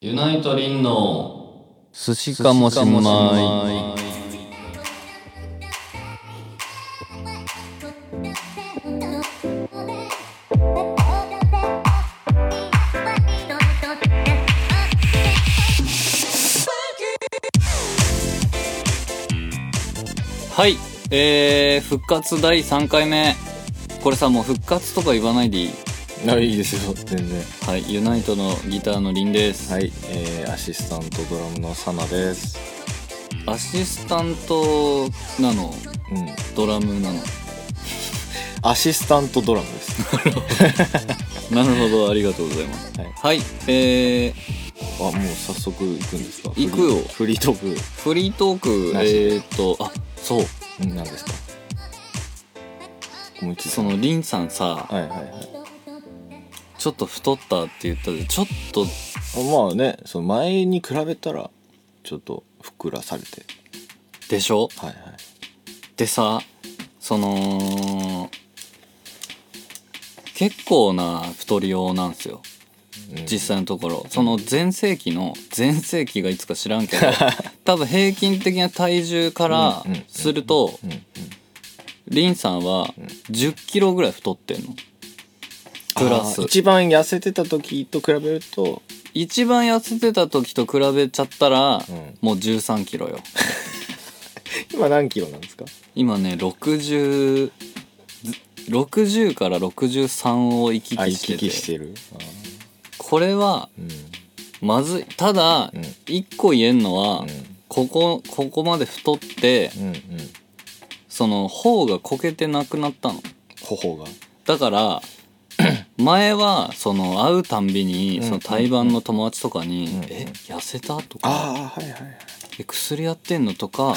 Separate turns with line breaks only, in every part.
ユナイトリンの
寿司かもしれないはいえー、復活第3回目これさもう復活とか言わないでいい
あいいですよ全然
はいユナイトのギターのリンです、
はい、えー、アシスタントドラムのサナです
アシスタントなの
うん
ドラムなの
アシスタントドラムです
なるほどありがとうございます
はい
はいえー、
あもう早速行くんですか
行くよ
フリートー
フリートーク
なし
えー、っとあそう
クん何ですか思いついた
そのリンさんさ、
はいはいはい
ちょっと太ったって言ったでちょっと
あまあねその前に比べたらちょっとふっくらされて
でしょ
はいはい
でさその結構な太りようなんですよ
うん
実際のところその全盛期の全盛期がいつか知らん けど多分平均的な体重から
うんうんうん
すると
うんうん
リンさんは1 0キロぐらい太ってんのプラス
あー一番痩せてた時と比べると
一番痩せてた時と比べちゃったら、
うん
もう1 3キロよ
今何キロなんですか
今ね6060から63を行き
あ
来
行き
して
来
て
してるあ
これは
ー
まずいただ
うん
一個言えんのは、
うん
ここここまで太って
うんうんうん
その頬がこけてなくなったの
頬が
だから 前はその会うたんびに
うん
その対バンの友達とかに
うんうん
「え痩せた?」とか
ああはいはいはい
「え薬やってんの?」とか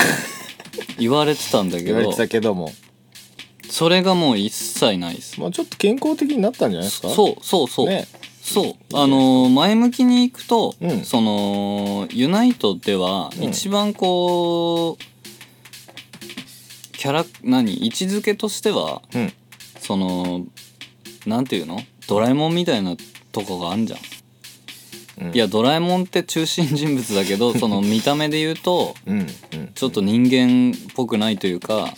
言われてたんだけ
言われ
ど
てたけども
それがもう一切ないです
まあちょっと健康的になったんじゃないですかう
そうそうそう、
ね
そうあのー前向きにいくと、
うん
そのユナイトでは
うん
一番こう、キャラ何位置づけとしては
うん
そのなんていうのドラえもんみたいなとこがあんじゃん、
うん
いやドラえもんって中心人物だけ どその見た目で言うと
うんうん
ちょっと人間っぽくないというか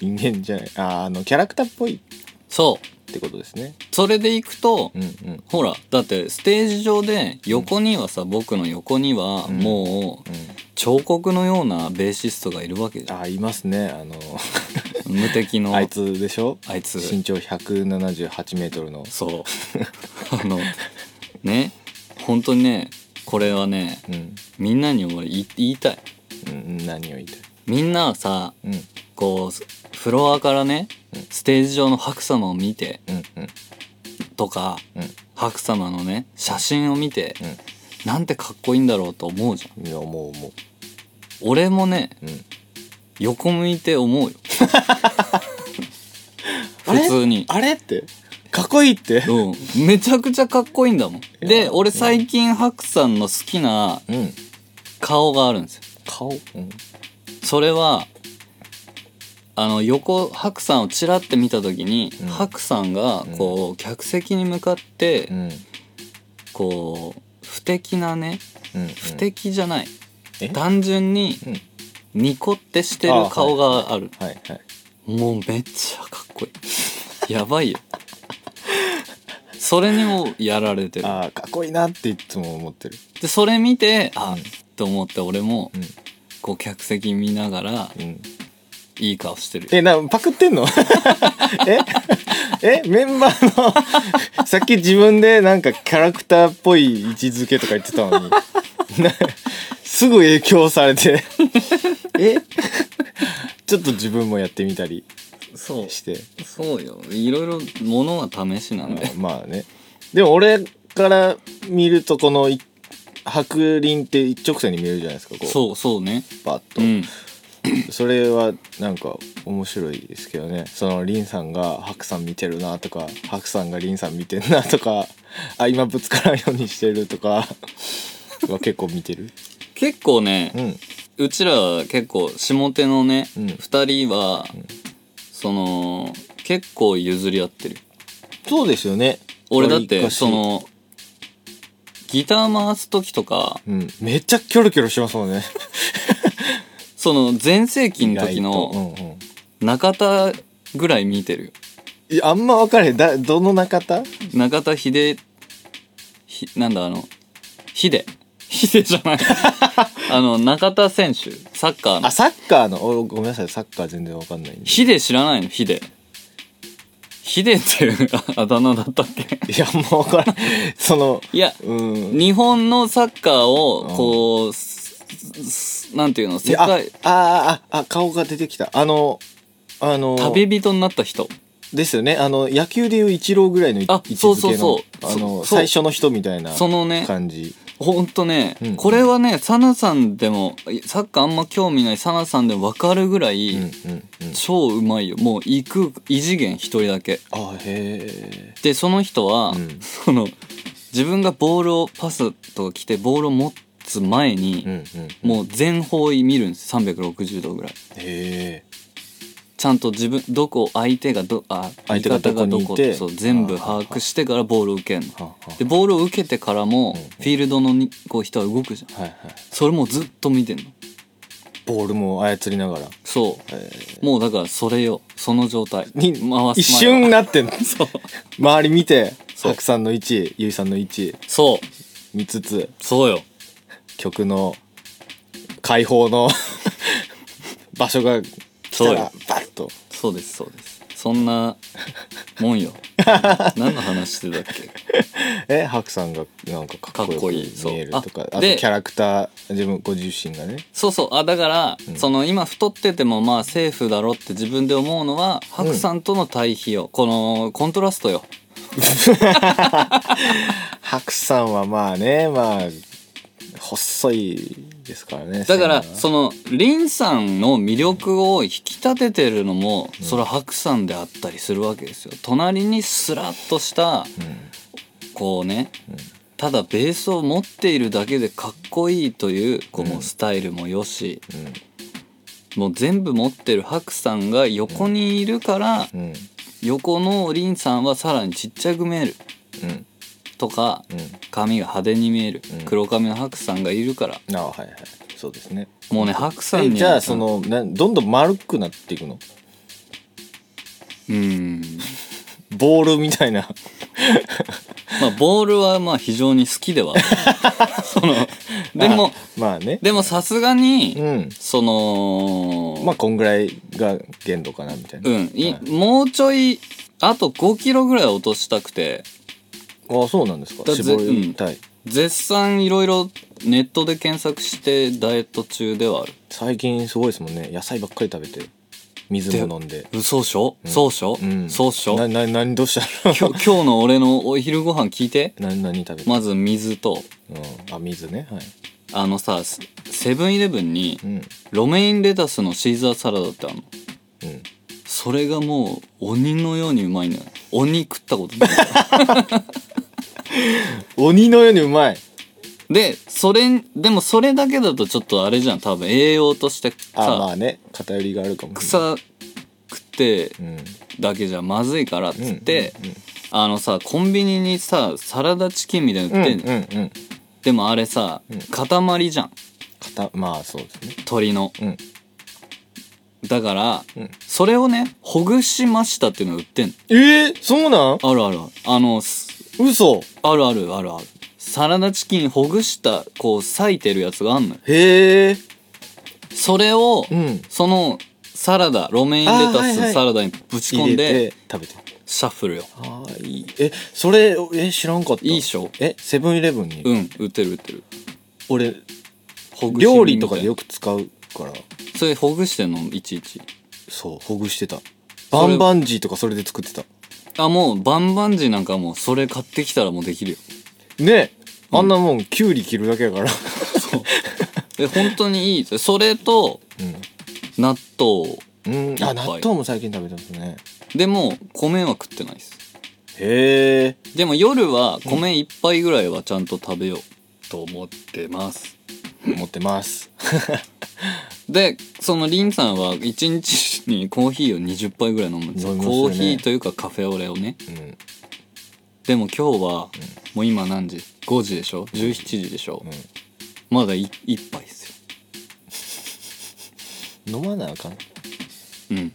人間じゃないあーあのキャラクターっぽい
そう
ってことですね
それでいくと、
うんうん
ほらだってステージ上で横にはさ、僕の横には
うん
もう
うん
彫刻のようなベーシストがいるわけじゃん
あーいますねあの
無敵の
あいつでしょ
あいつ
身長1 7 8ルの
そう あのね本当にねこれはね
うん
みんなに俺い言いたい
うん何を言いたい
みんなはさ
うん
こうフロアからね
うん
ステージ上の白様を見て
うんうん
とか
うん
白様のね写真を見て
うん
なんてかっこいいんだろうと思うじゃん
いやもうもう
俺もね
うん
横向いて思うよ普通に
あれってかっこいいって
うんめちゃくちゃかっこいいんだもん
や
で俺最近ハクさんの好きな
うん
顔があるんですよ
顔うん
それはあの横ハクさんをちらって見た時に、
うん
ハクさんがこう、客席に向かって、
うん
こう不敵なね
うん
不敵じゃない、
え
単純に
うん
ニコってしてる顔がある
はいはい
もうめっちゃかっこいい。やばいよ。それにもやられてる。
ああかっこいいなっていつも思ってる
で、それ見て、あ、
うん
と思って俺も
う、ん
こう客席見ながら、
うん
いい顔してる。
え、な、パクってんの ええメンバーの、さっき自分でなんかキャラクターっぽい位置づけとか言ってたのに、 なすぐ影響されて、 えちょっと自分もやってみたり
そ
して、
う。そうよ。いろいろ、ものは試しなんで。
まあね。でも俺から見るとこのい、白輪って一直線に見えるじゃないですか、こう、
そう、そうね。
バッと。
うん。
それはなんか面白いですけどねそのリンさんがハクさん見てるなとかハクさんがリンさん見てんなとか あ今ぶつからんようにしてるとか は結構見てる
結構ね
う、ん
うちら結構、下手のね、
うん
二人は、その、結構譲り合ってる。
そうですよね
俺だって
割かし
その昨ギター回す時とか
うん、めっちゃキョロキョロしますもんね
その全盛期の時
意
の
外とうんうん
中田ぐらい見てるよ
いやあんま分からへんだどの中田
中田秀ひなんだあの秀秀じゃ ないあの中田選手サッカーの
あサッカーのおごめんなさいサッカー全然分かんないんで
秀知らないの秀秀っていう あだ名だったっけ
いやもう分からんその
いや
うん
日本のサッカーを
うん
こうすすなんていうの
い
世
やあ
界
あああ顔が出てきたあのあの
旅人になった人
ですよねあの野球でいうイチローぐらいのい位
あ
置づけの
そうそうそう
あの
そそう
最初の人みたいな
そのね
感じ、
ほんとね、
うん
これはねサナさんでもサッカーあんま興味ないサナさんでも分かるぐらい、
うんうんうん、
超うまいよもう異空異次元一人だけ
あへえ
でその人は、
うん
その自分がボールをパスとか来てボールを持つ前に、
うんうん
もう全方位見るんです360度ぐらい
へえ
ちゃんと自分どこ相手がどあ
相手がどこに
味
いて
方がどそう全部把握してからボールを受けるの
はは
でボールを受けてからも
うん
フィールドのにこう人は動くじゃん
はいはい
それもずっと見てんの
ボールも操りながら
そ
え
うもうだからそれよその状態
に
回す
一瞬
な
なってんの
そう
周り見て
そう
白さんの位置ゆいさんの位置
そう
見つつ
そうよ
曲の解放 の場所が来
そ
た
う
ら
よ
バッと
そうですそうですそんなもん よ何の話してたっけ
え白さんがなんかかっこ
かっ
よ
こ
く
いいそう
見えるとか
あ
あとキ
で
ャラクター自分ご自身がね
そうそうあだから、
ん
その今太っててもまあセーフだろって自分で思うのはハクさんとの対比よ、このコントラストよ
白さんはまあねまあ細いですからね
だから
線が
そのリンさんの魅力を引き立ててるのも、それはハクさんであったりするわけですよ隣にスラッとしたこうね、ただベースを持っているだけでかっこいいというこうもうスタイルもよし、もう全部持ってるハクさんが横にいるから、
うんうん
横のリンさんはさらにちっちゃく見える
うん
とか、
う
髪が派手に見える、
うん
黒髪のハクさんがいるから
んああはいはいそうですね
もうねハクさん
え
には
じゃあそのなんどんどん丸くなっていくの
うん
ボールみたいな
まあボールはまあ非常に好きではある そのでも
あ まあね
でもさすが
う
に
ん
その
まあこんぐらいが限度かなみたいな
うんい
は
もうちょいあと5キロぐらい落としたくて
ああそうなんですか
だぜ
絞りたい、
絶賛いろいろネットで検索してダイエット中ではある
最近すごいですもんね野菜ばっかり食べて水も飲んで
嘘でしょそうでしょ
うん
そうでしょ
なな何どうしたの
今日今日の俺のお昼ご飯聞いて
何何食べて、
まず水と
うん、あ水ねはい
あのさセセブンイレブンに
うん
ロメインレタスのシーザーサラダってあるの
うん
それがもう鬼のようにうまいのよ鬼食ったことない
鬼のようにうまい
でそれでもそれだけだとちょっとあれじゃん多分栄養として
あま
さ
あね偏りがあるかもしれない
草食って
うん
だけじゃまずいからっつって、
うんうん
あのさコンビニにさサラダチキンみたいなの売ってんじゃん、
うんうんうん
でもあれさ、
うん
塊じゃん
かたまあそうですね
鶏の
うん
だから、
うん
それをねほぐしましたっていうの売ってんの
えー、そうなん
あるあるあのす
嘘
あるあるあるあるサラダチキンほぐしたこう裂いてるやつがあんのよ
へえ
それを、
うん
そのサラダロメインレ
あーは
タ
いはい
スサラダにぶち込ん
入れ
で
て食べて
シャッフルよ
ああいいえそれえ知らんかった
いいっしょ
えセブンイレブンに、
うん売ってる売ってる
俺
ほぐし
料理とかでよ
く
く使うから
それほぐしてんのいちいち
そうほぐしてたバンバンジーとかそれで作ってた
あもうバンバンジーなんかもうそれ買ってきたらもうできるよ
ねあんなもんキュウリ切るだけやから
で本当にいいそれと納豆
うん、うん、
い
あ
っぱい
納豆も最近食べてますね
でも米は食ってないです
へえ
でも夜は米一杯ぐらいはちゃんと食べようと思ってます。
持ってます
で、そのリンさんは一日にコーヒーを20杯ぐらい飲むんですよ。
飲みますよね
コーヒーというかカフェオレをね。
うん
でも今日は、もう今何時 ?5 時でしょ ?17 時でしょ、
う
まだい一杯ですよ。
ん、飲まなあかん
うん。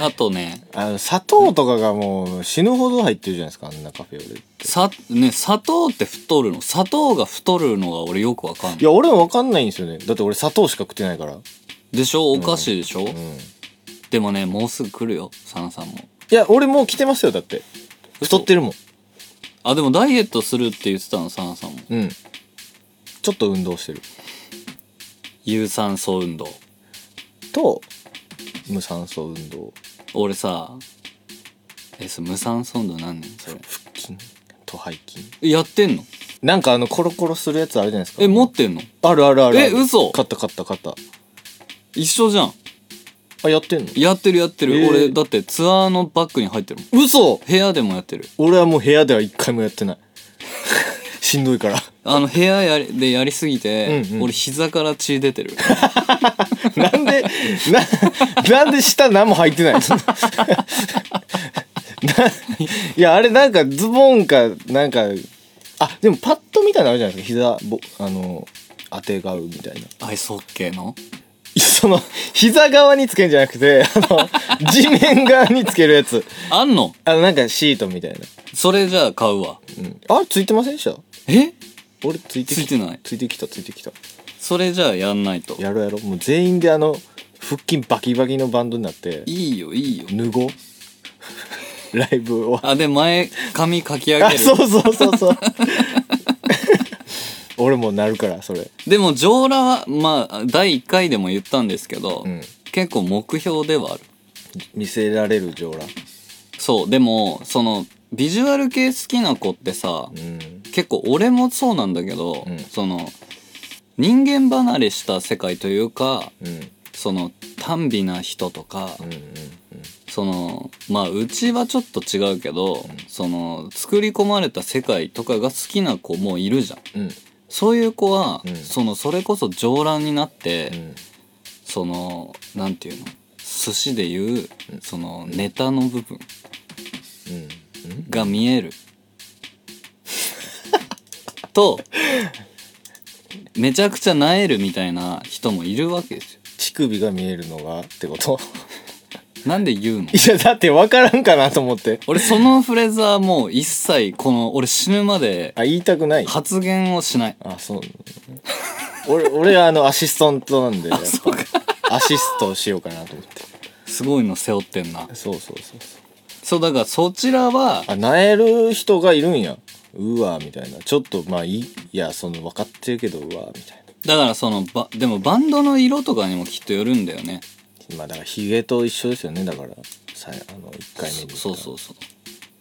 あとね、
あの砂糖とかがもう死ぬほど入ってるじゃないですかあんなカフェオレって
さ、ね、砂糖って太るの砂糖が太るのが俺よくわかん
い
ない。
や俺も分かんないんですよねだって俺砂糖しか食ってないからうん
でしょお菓子でしょ、
い
でもね、もうすぐ来るよ、サナさんも。
や俺もう来てますよだって
嘘
太ってるもん
あ、でもダイエットするって言ってたの、サナさんも。
うんちょっと運動してる
有酸素運動。
と無酸素運動
俺さ、え、そ無酸素運動なんねん、それ。
腹筋と背筋
やってんの
なんかあのコロコロするやつあるじゃないですか
え、持ってんの
あるあるあるある
え嘘
買った買った買った
一緒じゃん。
あやってんの
やってるやってる。
えー
俺、だってツアーのバッグに入ってるもん。
嘘
部屋でもやってる。
俺はもう部屋では一回もやってない しんどいから
あの、部屋やりでやりすぎて、
うんうん
俺膝から血出てる。
なんでななんで下何も履いてないの ないやあれなんかズボンかなんかあでもパッとみたいなのあるじゃないですか膝ぼあの当てがうみたいな
アイスホッケーの
その膝側につけんじゃなくてあの地面側につけるやつ
あんの
あのなんかシートみたいな、
それじゃあ買うわ。
うん、あれついてませんでした
え
俺ついてき
ついてない
ついてきたついてきた
それじゃあやんないと。
やろうやろうもう全員であの腹筋バキバキのバンドになって
いいよ、いいよ。
脱ごう ライブを
あ、で、前、髪かき上
あ
げる。
そうそうそうそう 俺もうなるからそれ
でも、上羅は、まあ、第1回でも言ったんですけど、
うん
結構目標ではある。
見せられる上ラ
そう、でも、その、ビジュアル系好きな子ってさ、
うん
結構俺もそうなんだけど、
うん
その、人間離れした世界というか、
うん
その、短美な人とか、
うんうん
そのまあうちはちょっと違うけど、その作り込まれた世界とかが好きな子もいるじゃん
うんうん
そういう子は、
うん
そのそれこそ上乱になって、
うん
そのなんていうの寿司でいう、そのネタの部分
うん
が見える、 とめちゃくちゃなえるみたいな人もいるわけですよ
乳首が見えるのがってこと
なんで言うの
いやだって分からんかなと思って
俺そのフレーズはもう一切この俺死ぬまで
あ言いたくない
発言をしない
あそう俺俺はあのアシスタントなんでやっぱアシストしようかなと思って
すごいの背負ってんな
そうそうそうそう
そうだからそちらは
あなえる人がいるんやうわみたいなちょっとまあいいいやその分かってるけどうわみたい
だからそのばでもバンドの色とかにもきっとよるんだよね
なまあだからヒゲと一緒ですよねだからさあの1回目に言った
そうそうそう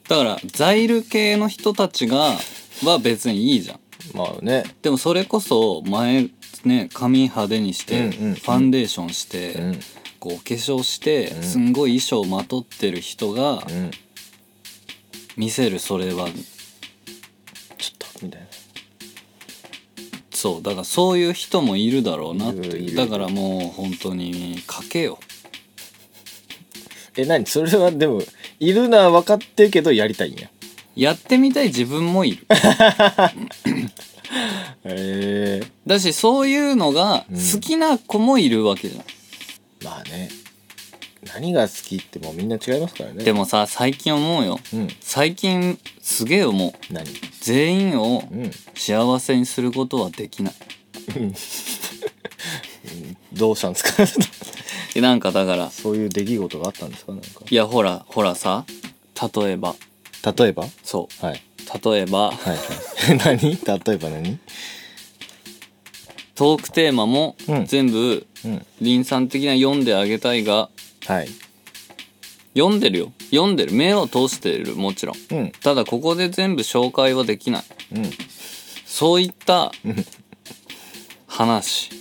だからザイル系の人たちがは別にいいじゃん
まあね
でもそれこそ前ね髪派手にして、
うんうん
ファンデーションして、
うん
こうお化粧して、
うん
すんごい衣装をまとってる人が
うん
見せるそれは
ちょっとみたいな
そうだからそういう人もいるだろうなって
いるい
いう
る
だからもう本当に賭けよ
え何それはでもいるのは分かってるけどやりたいんや
やってみたい自分もいる
へえ
だしそういうのが好きな子もいるわけじゃん、
まあね何が好きってもうみんな違いますからね
でもさ最近思うよ
うん
最近すげえ思う
何
全員を
うん
幸せにすることはできない
どうしたんですか
でなんかだから
そういう出来事があったんですかなんか
いやほらほらさ例えば
例えば
そ
はい。
う例えば
はいはい。 何例えば何
トークテーマも
うん
全部、
うん。
リンさん的な読んであげたいが
はい。
読んでるよ読んでる目を通してるもちろん
うん。
ただここで全部紹介はできない
うん。
そういった話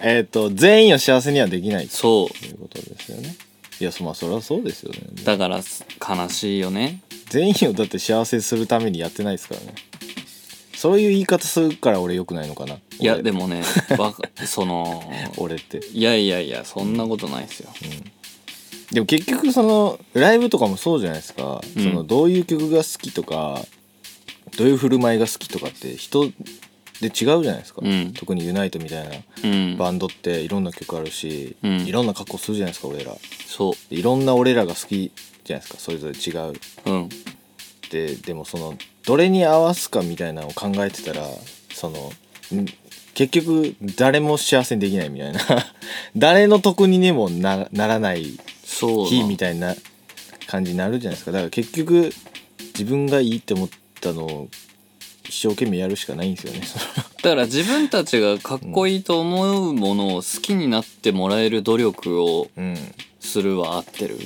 えっ、と、全員を幸せにはできないと
そ
いうことですよね。いや、そまあ、それはそうですよね。
うだからす悲しいよね
全員をだって幸せにするためにやってないですからね。そういう言い方するから俺良くないのかな。
いや
俺
で。もねわかその
俺って。
いやいやいやそんなことないですよ、
でも結局そのライブとかもそうじゃないですか、
うん
そのどういう曲が好きとかどういう振る舞いが好きとかって人で違うじゃないですか、
うん
特にユナイトみたいな
うん
バンドっていろんな曲あるし、
うん
いろんな格好するじゃないですか俺ら
そ
でいろんな俺らが好きじゃないですかそれぞれ違う
ううん
ででもそのどれに合わすかみたいなのを考えてたらそのん結局誰も幸せにできないみたいな 誰の得にねもなならない
そう
キーみたいな感じになるじゃないですかだから結局自分がいいって思ったのを一生懸命やるしかないんですよね
だから自分たちがかっこいいと思うものを好きになってもらえる努力を
うん
するは合ってる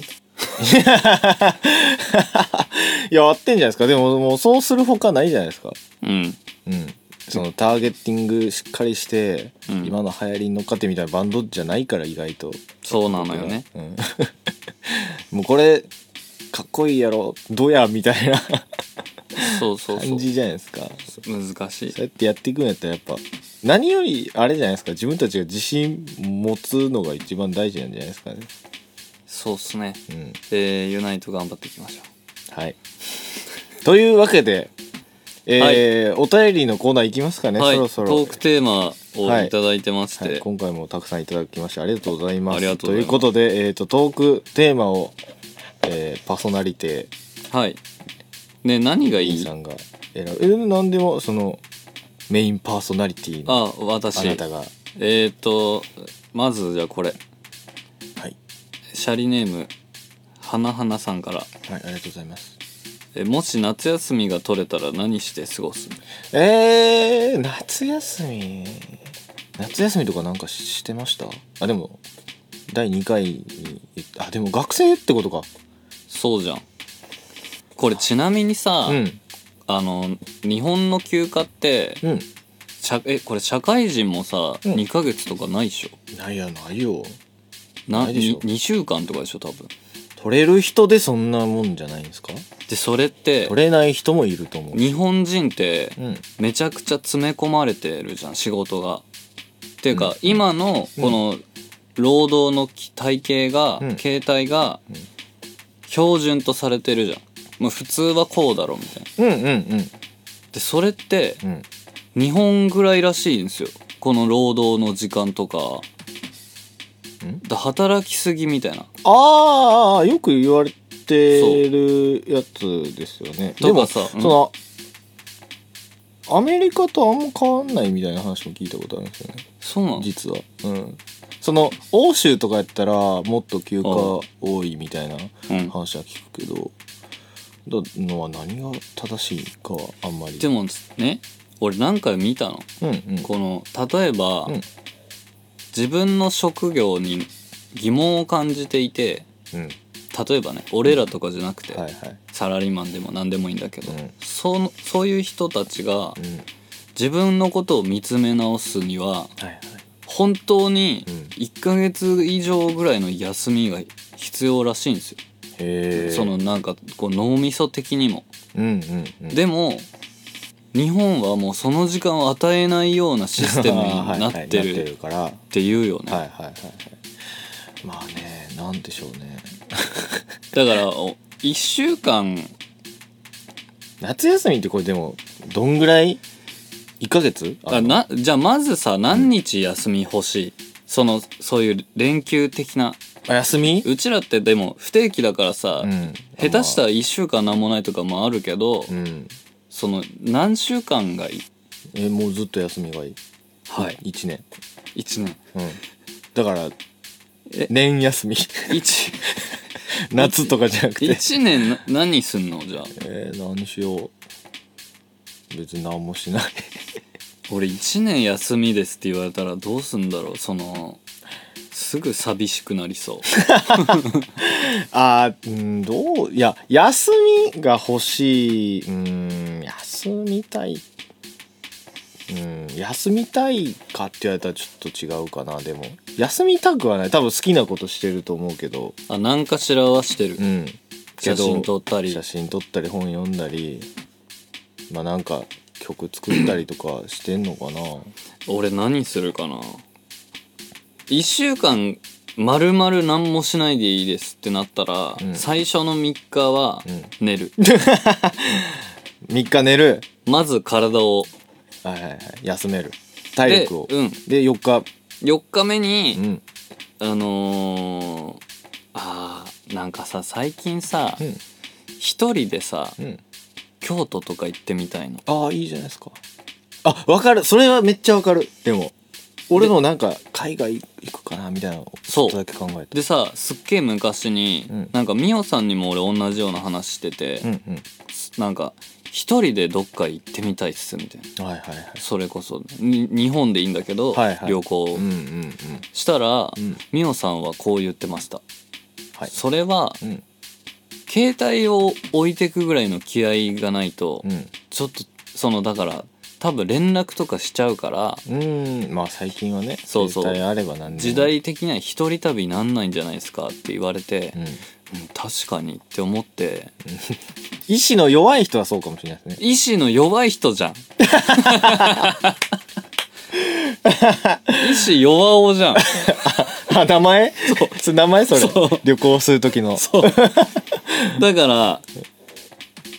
い や合ってんじゃないですかでももうそうするほかないじゃないですか
うん
うんそのターゲッティングしっかりして、
うん
今の流行りに乗っかってみたいなバンドじゃないから意外と
そうなのよね
うん もうこれかっこいいやろどやみたいな
そうそうそ
感
う
じじゃないですか
難しい
そうやってやっていくんやったらやっぱ何よりあれじゃないですか自分たちが自信持つのが一番大事なんじゃないですかね
そうっすね
うん
えー、ユナイト頑張っていきましょ
はいというわけでえーお便りのコーナーいきますか
う、
ね、
はい
そろそろ
トークテーマをいただいてまして、
はい、今回もたくさんいただきましてありがとうございます
ありがとうございます
いうことで、えー、とトークテーマを、えーパーソナリテ
はい。ね、何が
ィ
いい
さんが選ぶえでも何でもそのメインパーソナリティの
あ、
あ
私。
なたが
えっ、ー、と、まずじゃあこれ。
はい、
シャリネーム、はなはなさんから。
はい、ありがとうございます
えもし夏休みが取れたら何して過ごす
えー、夏休み夏休みとかなんかししてましたあでも第2回に言っあでも学生ってことか
そうじゃん。これちなみにさ、
うん
あの、日本の休暇って、
うん
社え、これ社会人もさ、
うん
2ヶ月とかないでしょ
ないやないよ
な
ないでしょ
に ?2 週間とかでしょ、多分。
取れる人でそんなもんじゃないんですか
で、それって、
取れない人もいると思う
日本人って、
うん
めちゃくちゃ詰め込まれてるじゃん仕事が。っていうか、
うん
今のこの労働のき体系が、
うん
形態が
ん
標準とされてるじゃん。もう普通はこうだろみたいな。
うんうんうん
でそれって
うん
日本ぐらいらしいんですよこの労働の時間とか。
ん
だ働きすぎみたいな。
ああよく言われてるやつですよねで
と
も
かさ、
そ
うん
の、アメリカとあんま変わんないみたいな話も聞いたことあるんですよね
そうなの
実はうんその欧州とかやったらもっと休暇多いみたいな
うん
話は聞くけど、だのは何が正しいかはあんまり
でもね俺何回見たの
うんうん
この例えば、
うん
自分の職業に疑問を感じていて
うん
例えばね俺らとかじゃなくて、
はいはい
サラリーマンでも何でもいいんだけど、
うん
そのそういう人たちが
うんはい
自分のことを見つめ直すには
はい
本当に
うん
1ヶ月以上ぐらいの休みが必要らしいんですよ、
へえ
そのなんかこう脳みそ的にも。
うんうんうん
でも日本はもうその時間を与えないようなシステムになっ
はいはい
て
なって
る
るからはい
っていうよね、
はいはいはいまあねなんでしょうね
だからお1週間
夏休みってこれでもどんぐらい1ヶ月
あ
の
なじゃあまずさ何日休み欲しい、そのそういう連休的な
あ休み
うちらってでも不定期だからさ、
ん
下手した
ら
ら1週間なんもないとかもあるけど、
うん
その何週間がいい
えもうずっと休みがいい
はい
1年
1年
うんだから
え
年休 み
1,
夏とかじゃなくて
1年な何すんのじゃあ
えー、何しよう別に何もしない
俺1年休みですって言われたらどうすんだろうそのすぐ寂しくなりそう
あーうんどういや休みが欲しいうん休みたいうん休みたいかって言われたらちょっと違うかなでも休みたくはない多分好きなことしてると思うけど
あ何かしらはしてる、
うん
写真撮ったり
写真撮ったり本読んだりまあなんか曲作ったりとかしてんのかな
俺何するかな1週間丸々何もしないでいいですってなったら、
うん
最初の3日は
う
寝る、
3日寝る
まず体を
はいはいはい休める体力を
で,、うん、
で4日
4日目
う
に、
ん
あのー、あーなんかさ最近さ
うん
一人でさ
うん
京都とか行ってみたいの
ああいいじゃないですかあわかるそれはめっちゃわかるでも俺もなんか海外行くかなみたいなのをち
そう
ょっとだけ考えて
でさすっげえ昔に、
うん
なんかミオさんにも俺同じような話してて、
うんう
なんか一人でどっか行ってみたいっすみたいなん
はいはいはい
それこそに日本でいいんだけど、
はいはい
旅行、
うんうんうん
したら、
うん
ミオさんはこう言ってました、
はい
それは
うん
携帯を置いてくぐらいの気合がないと、
うん
ちょっとそのだから多分連絡とかしちゃうから
うんまあ最近はね
そうそう
携帯あれば何でも
時代的には一人旅なんないんじゃないですかって言われて
う、ん
うん確かにって思って
意志の弱い人はそうかもしれないで すね
意志の弱い人じゃん意志弱おじゃん
あ名前そう名前それ
そう
旅行する時の
だから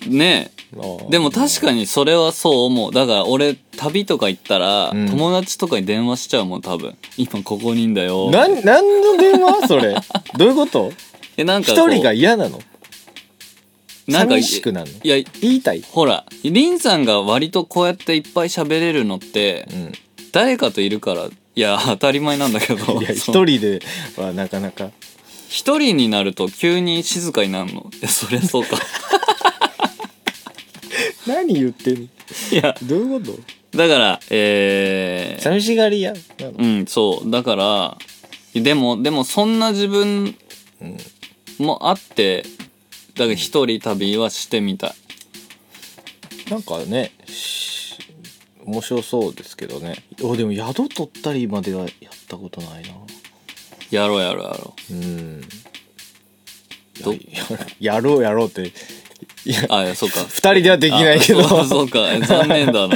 ねえ
ああ
でも確かにそれはそう思うだから俺旅とか行ったら、
うん
友達とかに電話しちゃうもん多分今ここにいんだよ
なん何の電話 それどういうこと
えなんか
一
こう
人が嫌なの
なんか
寂しくなるの
いや
言いたい
ほらリンさんが割とこうやっていっぱい喋れるのって、
うん
誰かといるからいや当たり前なんだけど
いや
そ
一
の
人ではなかなか
一人になると急に静かになるの いやそりゃそうか
何言ってんの
いや
どういうこと
だからえー、
寂しがり屋なの
うんそうだからでもでもそんな自分
うん
もあってだから一人旅はしてみたい
なんかねし面白そうですけどねおでも宿取ったりまではやったことない な
やろうやろうやろ
うん
ど
ややろうやろうっていや
うあいやそうか
二人ではできないけど
あそうそうか残念だな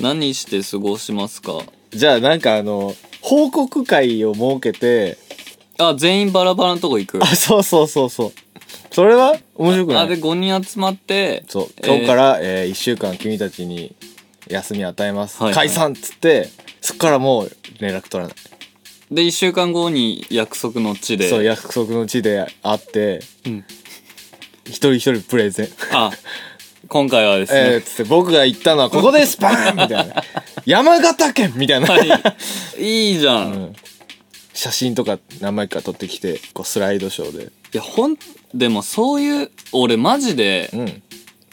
何して過ごしますか
じゃあなんかあの報告会を設けて
あ全員バラバラのとこ行く
あそうそうそうそうそれは面白くな
あ
い
で5人集まって
そう
えー
今日から、え1週間君たちに休み与えます、
はいはい
解散っつってそっからもう連絡取らない、
で1週間後に約束の地で
そう約束の地で会って
うん
一人一人プレゼン、
あ今回はですね、
えー、つって僕が行ったのはここですバーンみたいな 山形県みたいな、
いいじゃん、
う
い
ん写真とか何枚か撮ってきてこうスライドショーで
やほんでもそういう俺マジで
うん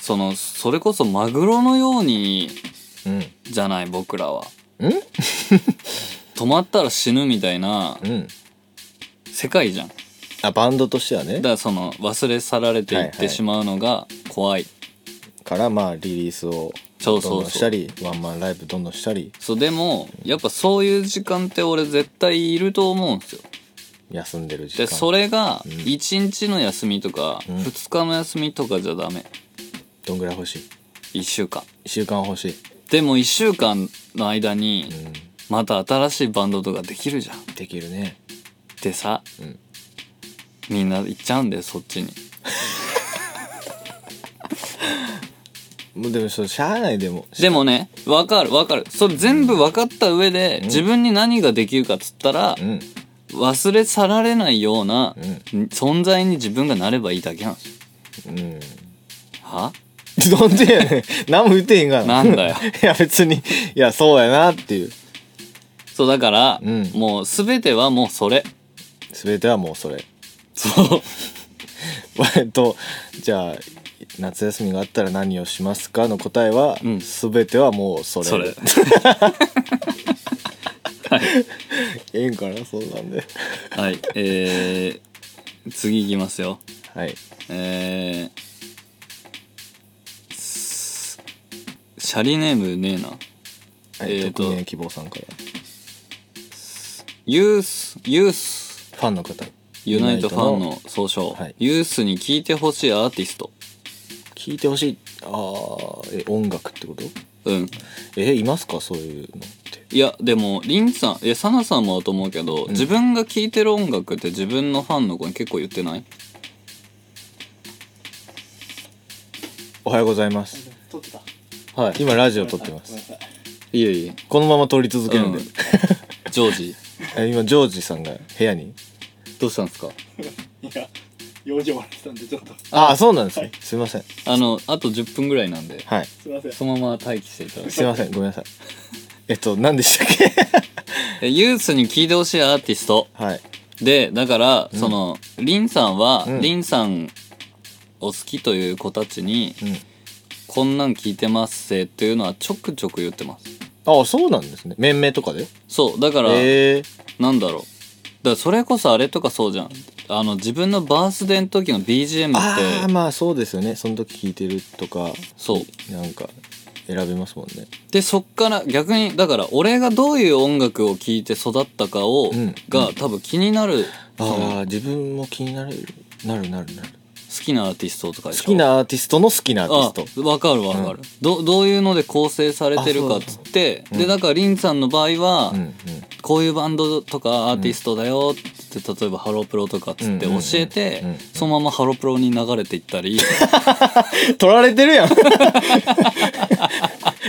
そのそれこそマグロのように
うん
じゃない僕らは
うん
止まったら死ぬみたいな
うん
世界じゃんだか
あバンドとしてはね
らその忘れ去られていっ
はいは
て
い
しまうのが怖い、
からまあリリースを
そ
ど
うんそうそう
どんしたりワンマンライブどんどんしたり
そうでもやっぱそういう時間って俺絶対いると思うんですよ
休んでる時間
でそれが
うん
1日の休みとか
うん
2日の休みとかじゃダメ
どんぐらい欲しい
1週間
1週間欲しい、
でも1週間の間に
う
また新しいバンドとかできるじゃんっ
ん、できるね
てさ、
うん
みんな行っちゃうんだよそっちに
もうでもそれしゃあないでも
でもねわかるわかるそれ全部分かった上で、自分に何ができるかっつったら、
うん
忘れ去られないような、
うん
存在に自分がなればいいだけなんですよ
うん
は
なんでやねん何も言ってへんが
なんだよ
いや別にいやそうやなっていう
そうだから、
うん
もう全てはもうそれ
全てはもう それ
そう
えっとじゃあ夏休みがあったら何をしますかの答えは、
うん
全てはもうそ れ
それ
ええんかなそうなんで
はいえー、次いきますよ
はい
えー、すシャリネームねえな
はい
えーと
匿名希望さんから
ユースユース
ファンの方
ユナイトファンの総称、
はい
ユースに聴いてほしいアーティスト
聞いてほしいあーえ音楽ってこと
うん
えいますかそういうのって
いやでもリンさんいやサナさんもだと思うけど、自分が聴いてる音楽って自分のファンの子に結構言ってない
おはようございます
撮ってた
はい
今ラジオ撮ってま
ごめん
す
なさい
いえいえ
このまま撮り続けるんで、
うんジョージ
え今ジョージさんが部屋に
どうしたんですか
いや用事終わらせたんでちょっと
ああそうなんですねすいません
あのあと10分ぐらいなんで
はい
すいません
そのまま待機していただいて
すいませんごめんなさいえっと何でしたっけ
えユースに聴いてほしいアーティスト
はい
でだから、そのリンさんは、
うん
リンさんを好きという子たちに、
うん
こんなん聞いてますせっていうのはちょくちょく言ってます
ああそうなんですね面々とかで
そうだから、
ええ
なんだろうだからそれこそあれとかそうじゃんあの自分のバースデーの時の BGM
ああ
って
まあそうですよねその時聴いてるとか
そう
なんか選べますもんね
でそっから逆にだから俺がどういう音楽を聴いて育ったかを、
うん
が多分気になるそ
あ
の
あ自分も気になるなるなるなる
好きなアーティストとか
好
でしょ
きなアーティストの好きなアーティスト
あわかるわかる、どどういうので構成されてるかっつって
う
でだからリンさんの場合は、
うんうん
こういうバンドとかアーティストだよって例えばハロプロとかっつって
うんうん
教
うん
えて、
うんうん
そのままハロプロに流れていったり
取られてるやん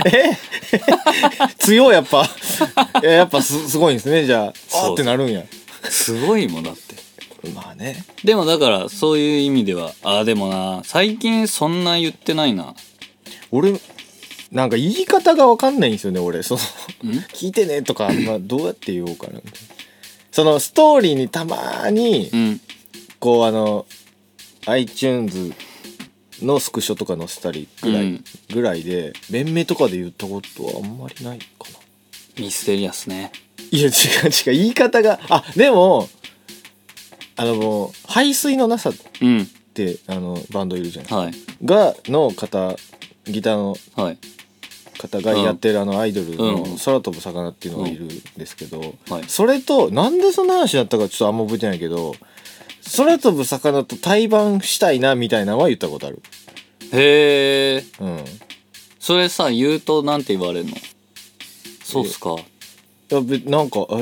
え強いやっぱいややっぱすすごいんですねじゃあ
そう
あーってなるんや
すごいもんだって
まあね
でもだからそういう意味ではああでもな最近そんな言ってないな
俺なんか言い方が分かんないんですよね俺その「聞いてね」とか、まあ、どうやって言おうかなみたいなそのストーリーにたまに
うん
こうあの iTunes のスクショとか載せたりぐらい、
うん
ぐらいで弁明とかで言ったことはあんまりないかな
ミステリアスね
いや違う違う言い方があでもあのもう排水のなさっ
うん
てあのバンドいるじゃない
はい
がの方ギターの
はい
方がやってるあのアイドルの
うん
「空飛ぶ魚」っていうのがいるんですけど、
はい
それとなんでそんな話になったかちょっとあんま覚えてないけど「空飛ぶ魚」と対バンしたいなみたいなのは言ったことある。
へえ
うん
それさ言うとなんて言われるのそうっすか
いやべなんかあ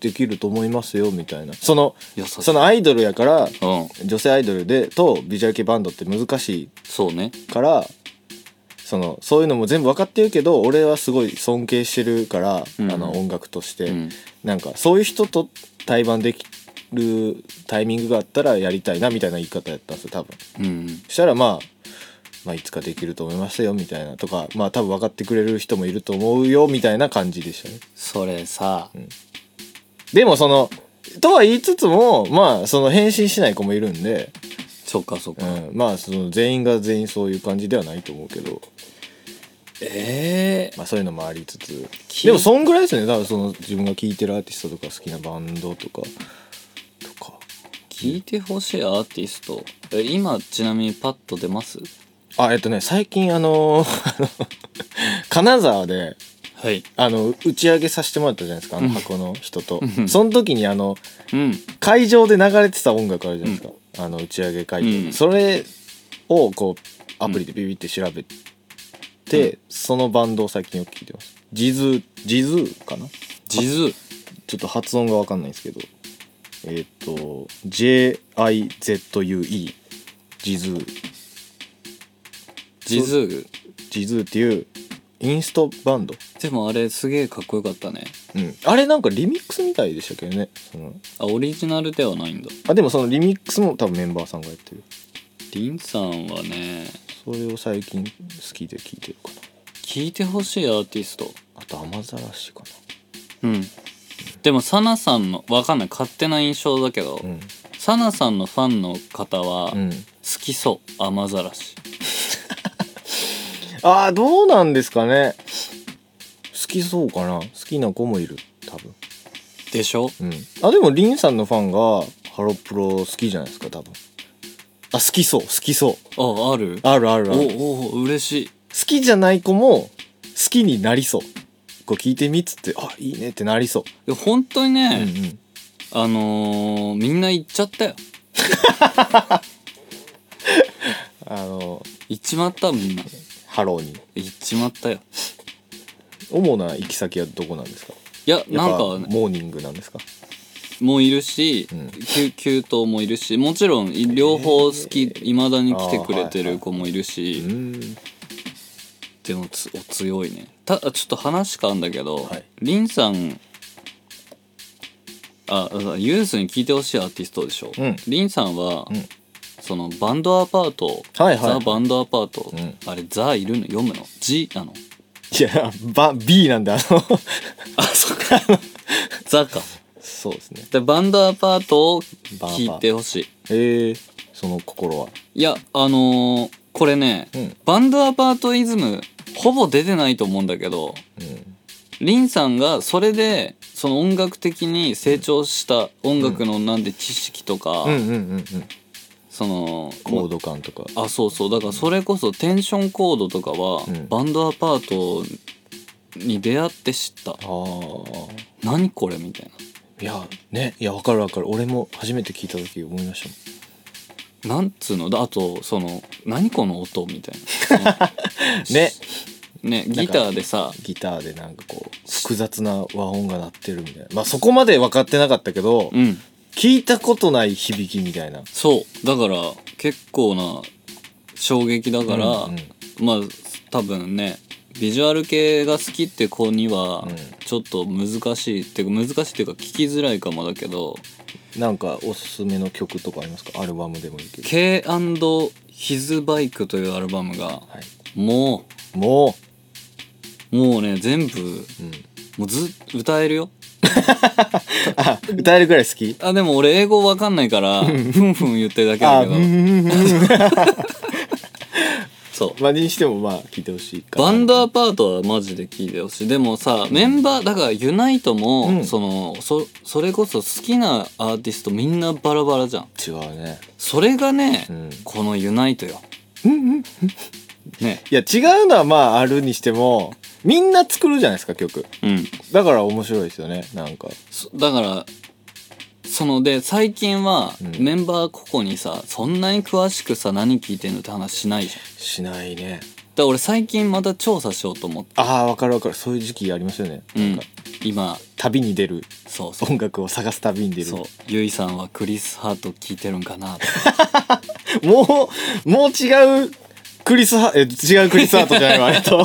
できると思いますよみたいなその
優しい
そのアイドルやから
うん
女性アイドルでとビジュアル系バンドって難し
そうね
いからそのそういうのも全部分かってるけど俺はすごい尊敬してるから、
うん
あの音楽として、
うん
なんかそういう人と対バンできるタイミングがあったらやりたいなみたいな言い方やったんですよ多分
うん
そしたらまあまあいつかできると思いますよみたいなとかまあ多分分かってくれる人もいると思うよみたいな感じでしたね
それさ、
でもそのとは言いつつもまあその返信しない子もいるんで、
そっかそっ
う
か、
ん、まあその全員が全員そういう感じではないと思うけど、
ええ
まあ、そういうのもありつつ
き
でもそんぐらいですねだからその自分が聴いてるアーティストとか好きなバンドとかとか
聞いてほしいアーティストえ今ちなみにパッと出ます
あえっとね最近あのあの 金沢で
はい
あの打ち上げさせてもらったじゃないですかあの箱の人と、その時にあの
うん
会場で流れてた音楽あるじゃないですか、あの打ち上げ会場で、
うん
それをこうアプリでビビって調べて、そのバンドを最近よく聞いてますジズージズーかな
ジズ
ちょっと発音が分かんないんですけどえっ、と JIZUE ジズー
ジズ
ジズーっていうインストバンド
でもあれすげえかっこよかったね
うん、あれなんかリミックスみたいでしたけどねその
あオリジナルではないんだ
あでもそのリミックスも多分メンバーさんがやってる
リンさんはね
それを最近好きで聞いてるかな
聞いてほしいアーティスト
あと雨ざらしか
うんでもサナさんのわかんない勝手な印象だけど、
なうん
サナさんのファンの方は
うん
好きそう雨ざらし
ああどうなんですかね好きそうかな好きな子もいる多分
でしょ
うんあでもリンさんのファンがハロプロ好きじゃないですか多分あ好きそう好きそう
あある
あるあるある好
おお嬉しい
きじゃない子も好きになりそうこう聞いてみっつってあいいねってなりそ
いや本当に
う、
ね、
うん
あのーみんな行っちゃったよ
あの
行っちまったみんな
ハローに
行っちまったよ
主な行き先はどこなんですか
いや
や
な
っ
ん
ぱ
か
モーニングなんですか
もういるし、
うん
給給湯もいるしもちろん両方好きいまだに来てくれてる子もいる
う
し、
ん
でもつお強いねただちょっと話変わるんだけど、
はい
リンさんああユースに聞いてほしいアーティストでしょ、
うん
リンさんは、
うん
そのバンドアパート、
はいはい
ザ・バンドアパート、
うん
あれ「ザ」いるの読むの「G」なの
いやば B なんであの
あそっか「ザ」か
そうですね
でバンドアパートを聞いてほしい
えー、その心はい
やあのーこれね、
うん
バンドアパートイズムほぼ出てないと思うんだけど
うん
リンさんがそれでその音楽的に成長した音楽のなんで知識とか、
うんうんうんうん
その
コード感とか
あそうそうだからそれこそテンションコードとかは、
うん
バンドアパートに出会って知った
ああ
何これみたい
いやねいやわかるわかる俺も初めて聞いた時思いました
ななんつうのだあとその何この音みたいな
もんね
ねギターでさ
ギターでなんかこう複雑な和音が鳴ってるみたいなまあそこまで分かってなかったけど、
うん
聞いたことない響きみたいな
そうだから結構な衝撃だから、
うんうん
まあ多分ねビジュアル系が好きって子には
うん
ちょっと難しいっていうか難しいっていうか聞きづらいかもだけど
なんかおすすめの曲とかありますかアルバムでもいいけど、
k h i s b i k e というアルバムが
はい、
も
も
うもうね全部
う、 うん、
もうず歌えるよ
あ歌えるぐらい好き
あでも俺英語わかんない からふんふん言ってるだけだけ
う
ど
んうん
そう
まあにしてもまあ聞いてほしいかな
バンドアパートはマジで聴いてほしいでもさメンバーだからユナイトも、
うん
そのそそれこそ好きなアーティストみんなバラバラじゃん
違うね
それがね、
うん
このユナイトよね
いや違うのはまああるにしてもみんな作るじゃないですか曲
うん
だから面白いですよねなんか
そだからそので最近は
うん
メンバー個々にさ、そんなに詳しくさ何聴いてんのって話しないじゃんだか
しないね
ら俺最近また調査しようと思って、
ああわかるわかるそういう時期ありますよね、
うん
なんか、
今
旅に出る
そうそう
音楽を探す旅に出る
そうゆいさんはクリス・ハート聴いてるんかなとか
もう、もう違う、クリスハ、え、違うクリスハートじゃないわ、えっと。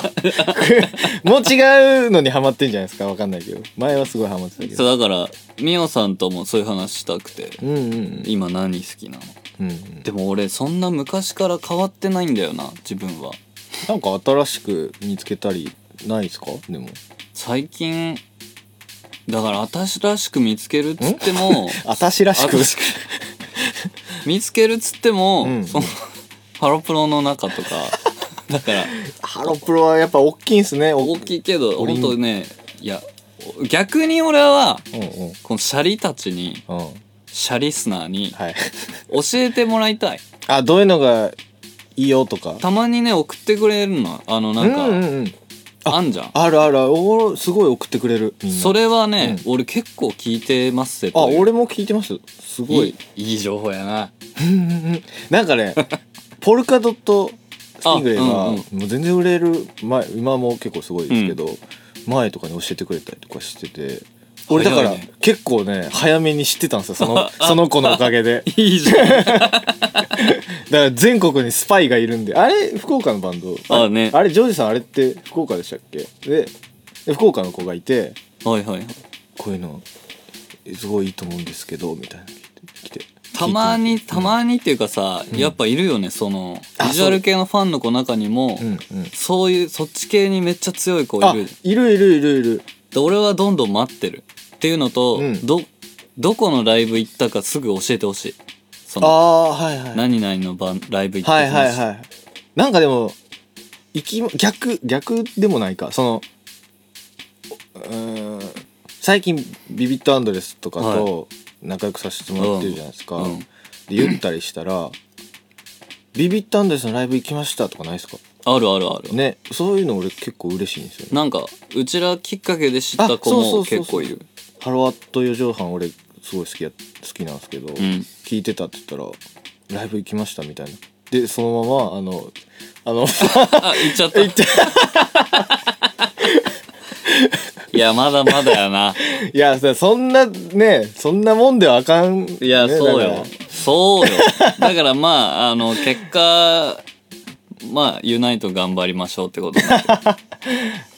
もう違うのにハマってんじゃないですか、わかんないけど。前はすごいハマってたけど。
そうだからミオさんともそういう話したくて
うんうんうん。
今何好きなの
うんうん、
でも俺そんな昔から変わってないんだよな自分は
なんか新しく見つけたりないですかでも
最近だから私らしく見つけるっつっても
私らしく
私 見つけるっつっても、
うん
そのハロプロの中 とかだから
ハロプロはやっぱ大きいんすね
大
い、
きいけど
オリン
本当ねいや逆に俺は
うんうん
このシャリたちに
うん、
シャリスナーに
はい
教えてもらいたい
あどういうのがいいよとか
たまにね送ってくれるのあのなんか、
うんうんうん、
あんじゃん
あるあるおーすごい送ってくれるみんな
それはね、
う
俺結構聞いてますせ
あ
という
俺も聞いてますすごい
いいいい情報やな
うんうんうんなん かねポルカドットスティングレイが、
あうんうん
もう全然売れる前今も結構すごいですけど、前とかに教えてくれたりとかしてて俺だから
早いね
結構ね早めに知ってたんですよそ のその子のおかげで
いい情 報
だから全国にスパイがいるんであれ福岡のバンド
あ
れ
ね
あれジョージさんあれって福岡でしたっけでで福岡の子がいて
はいはいはい
こういうのすごいいいと思うんですけどみたいなの来て来て
たまに
聞いて
たまにっていうかさ、やっぱいるよねその
あ
ビジュアル系のファンの子の中にも、
うんうん
そういうそっち系にめっちゃ強い子
あ
いる
いるいるいるいる
で俺はどんどん待ってるっていうのと、
うん
どどこのライブ行ったかすぐ教えてほしいその
ああーはいはい
何々のバンライブ行ってきま
は
し
い
た、
はいはいなんかでも行きも逆逆でもないかそのうーん最近ビビットアンドレスとかと仲良くさせてもらってるじゃないですか、
うんうん
で言ったりしたら「ビビットアンドレスのライブ行きました」とかないですか
あるあるある、
ねそういうの俺結構嬉しいんですよね
なんかうちらきっかけで知った子
あそうそうそう
も
そう
結構いる
ハロワット四畳半俺すごい好きや好きなんですけど、
うん
聞いてたって言ったら「ライブ行きました」みたいなでそのま まあのあの
あ行っちゃったいやまだまだやない
やさそんなねそんなもんではあかん、
いや、
ね
そう
だ
よ
か
そうよだからまああの結果まあユナイト頑張りましょうってことなんで
ら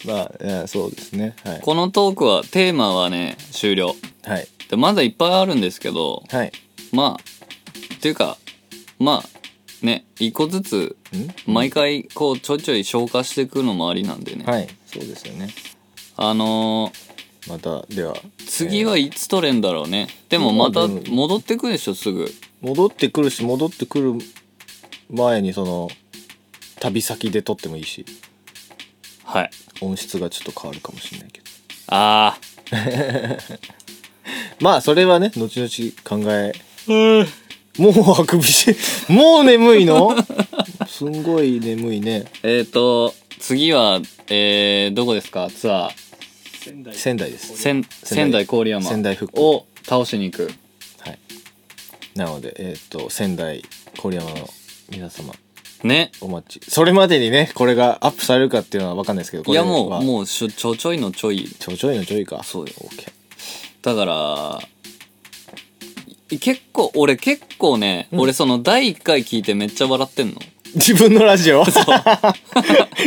まあいやそうですねはい
このトークはテーマはね終了
はい
でまだいっぱいあるんですけど
はい
まあっていうかまあね一個ずつ
ん
毎回こうちょいちょい消化していくのもありなんでね、
はいそうですよね
あのー
またでは
次はいつ取れんだろうね、でもまた戻ってくでしょすぐ
戻ってくるし戻ってくる前にその旅先で撮ってもいいし
はい
音質がちょっと変わるかもしれないけど
あ
まあそれはね後々考えもうあくびしもう眠いのすんごい眠いね
ーえっ、と次はえー、どこですかツアー
仙台
仙台です
仙仙台郡山
仙台復興
を倒しに行く
はいなのでえっ、と仙台郡山の皆様
ね
お待ちそれまでにねこれがアップされるかっていうのは分かんないですけど
い
これ
や
は
もうもうしょちょちょいのちょい
ちょちょいのちょいか
そうよ
OK
だからい結構俺結構ね、俺その第1回聞いてめっちゃ笑ってんの
自分のラジオ い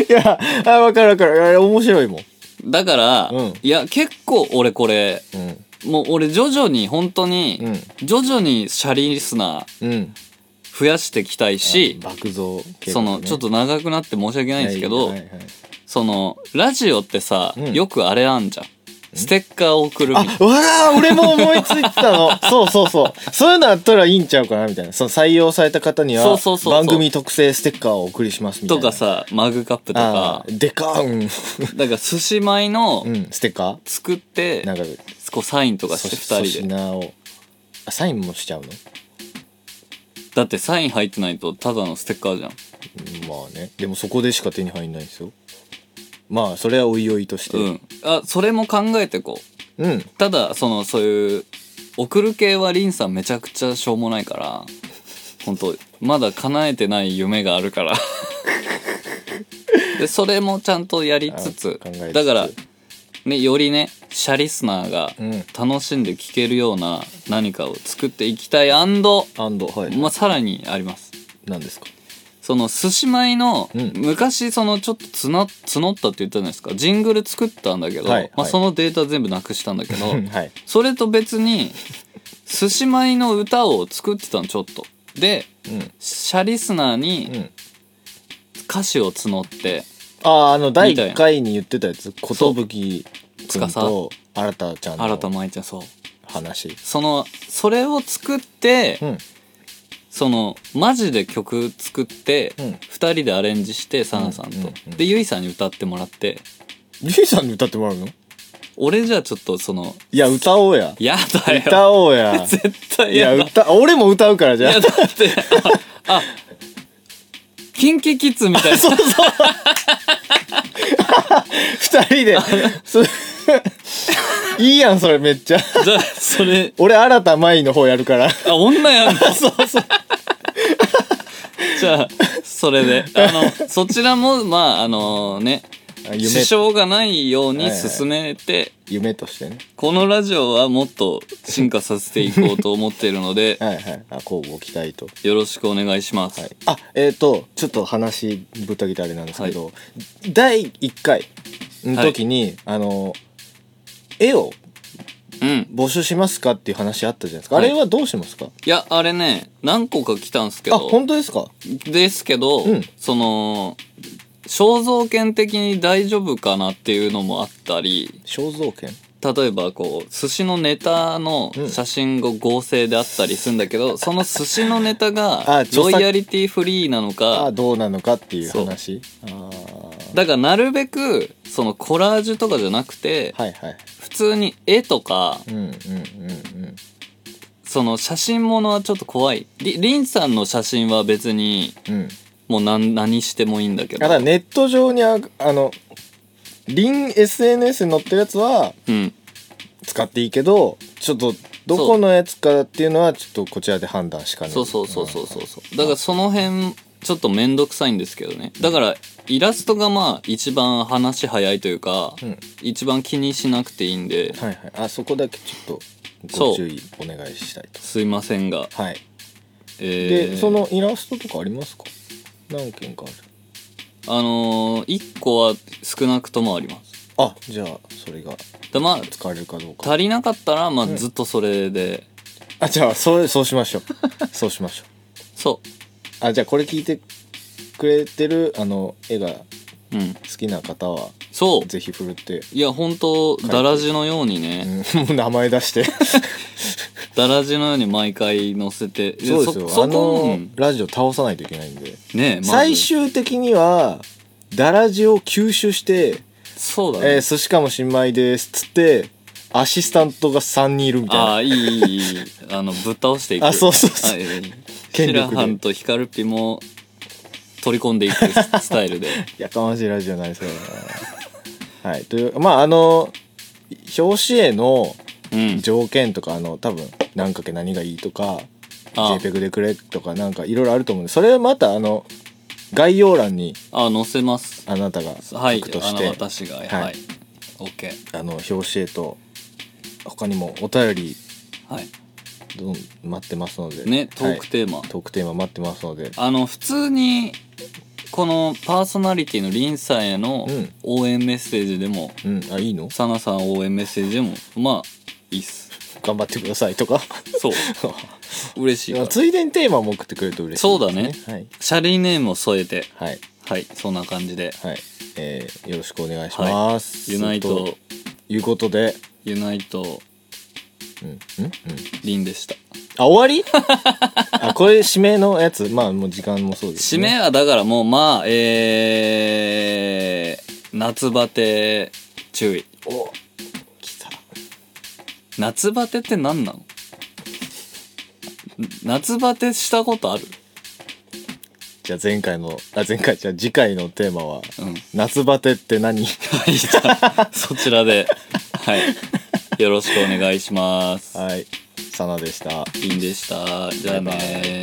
やあ分かる分かるあれ面白いもん
だから、
うん
いや結構俺これ
うん
もう俺徐々に本当に、
う
徐々にシャリリスナー
うん
増やしていきたいし、
爆増計画
そ
ね
のちょっと長くなって申し訳ないんですけど、
はいはいはい
そのラジオってさ、
うん
よくあれあんじゃんステッカーを送るみたいな
あわら俺も思いついてた のそうそうそうそういうのあったらいいんちゃうかなみたいなその採用された方には
そうそうそうそう
番組特製ステッカーをお送りしますみたい
と
な
かさマグカップとか
あーでかーうん、
だから寿司米の
うん、ステッカ
作って、
ーなんか
こうサインとかし
そ
て
粗
2人で
品をあサインもしちゃうの
だってサイン入ってないとただのステッカーじゃん
まあねでもそこでしか手に入んないんですよまあそれはおいおいとして
うんあそれも考えてこう
うん
ただそのそういう送る系はリンさんめちゃくちゃしょうもないから本当まだ叶えてない夢があるからでそれもちゃんとやりつつ
あ考えつつ
だからねよりねシャリスナーが
うん
楽しんで聴けるような何かを作っていきたいアンド
アンドはい、
まあ、さらにあります
何ですか
その寿司米の、
うん
昔そのちょっとつな募ったって言ったじゃないですかジングル作ったんだけど、
はい
まあ、
はい
そのデータ全部なくしたんだけ ど
うんはい
それと別に寿司米の歌を作ってたのちょっとで
うん
シャリスナー
う
に
ん
歌詞を募って
あああの第
みたい
1
な
回に言ってたやつ寿君と
司
新田ちゃん
新田
の
舞ちゃんそう
話
そのそれを作って、
うん
そのマジで曲作って、
う
二
ん
2人でアレンジしてサナさんと、
うんうんうん
でゆいさんに歌ってもらって
ゆいさんに歌ってもらうの
俺じゃちょっとその
いや歌おうや
やだよ
歌おうや
絶対
いや
やだ
歌俺も歌うからじ
い
ゃ
やだってああキンキキッズみ たいな
2人でそ いいやんそれめっち ゃ
じゃあそれ
俺新田舞の方やるから
あ女 やんだそうそう じゃあそれであのそちらもまああのね
夢
支障がないよう
は
に
いはい
進めて、
夢としてね
このラジオはもっと進化させていこうと思っているので
はいはいあこうご期待と
よろしくお願いします、
はい、あえっ、とちょっと話ぶった切ってあれなんですけど、第1回の時に、あの絵を
うん
募集しますかっていう話あったじゃないですか、
はい
あれはどうしますか
いやあれね何個か来たんすけ
あ
ど
本当ですか
ですけど、
うん
その肖像権的に大丈夫かなっていうのもあったり
肖像権
例えばこう寿司のネタの
うん
写真が合成であったりするんだけ ど、その寿司のネタ
あ
が
著
ロ
作
イヤリティフリーなの
あ
か
どうなのかっていう話あー
だからなるべくそのコラージュとかじゃなくて、
はいはい
普通に絵とか
うんうんうんうん
その写真ものはちょっと怖いりりんさんの写真は別に
うん
もう何何してもいいんだけ
だか
ど
らネット上にああのリン SNS に載ってるやつは
うん
使っていいけどちょっとどこのやつかっていうのはちょっとこちらで判断しかねる
そうそうそうそうそうそうだからその辺ちょっと面倒くさいんですけどねだからイラストがまあ一番話早いというか、
うん
一番気にしなくていいんで
はいはいあそこだけちょっとご注意お願いしたいと
すいませんが、
はい
えー
でそのイラストとかありますか何件かある
あのー、1個は少なくともあります
あじゃあそれが
でまあ
使われるかどうか
足りなかったらまあ
うん
ずっとそれで、
あじゃあそうそうしま しょうそうしましょう
そ
あじゃあこれ聞いてくれてるあの絵が好
ううん
きな方は
そう
ぜひ振るって、
いや本当だらじのようにね、
うん もう名前出して
だらじのように毎回載せてで
そうですよ
そ
あ
こ
の
うん
ラジオ倒さないといけないんで、
ねまず
最終的にはダラジを吸収して
そうだ
「
ね、
えー、寿司かも新米です」っつってアシスタントが3人いるみたい
あ
な
あいいいいいいあのぶっ倒していく
あそうそうそう
はいはい
権
シ
力で
ラハンとヒカルピも取り込んでいくスタイ ルで
やかましいラジオになりそうだなはいというまああの表紙への
うん
条件とかあの多分何かけ何がいいとか
あ
JPEG でくれとかなんかいろいろあると思うんでそれはまたあの概要欄に
あ載せます
あなたが
は
書
い
くと
あ
し
の
て、
私がはい、
はい
OK
あの表紙へと他にもお便り
はい
どん待ってますので
ねトークテーマ、
はいトークテーマ待ってますので
あの普通にこのパーソナリティのリンさんへの
うん
応援メッセージでも、
うんあいいの
サナさん応援メッセージでもまあいいっす
頑張ってくださいとか
そう 嬉しいから
ついでにテーマも送ってくれると嬉しい
そうだね
はい
シャリーネームを添えて
はい
はいそんな感じで
はい、えーよろしくお願いします、
ユナイト
ということで
ユナイト
うんうんうん
リンでした
あ終わりあこれ締めのやつまあもう時間もそうです、
締
ね、
めはだからもうまあえー、夏バテ注意
お来た
夏バテって何なのん夏バテしたことある
じゃあ前回のあ前回じゃあ次回のテーマは
うん
「夏バテって何?
はいじゃあそちらではいよろしくお願いしま」す
はいサナでした
リンでしたじゃあね
バイバイ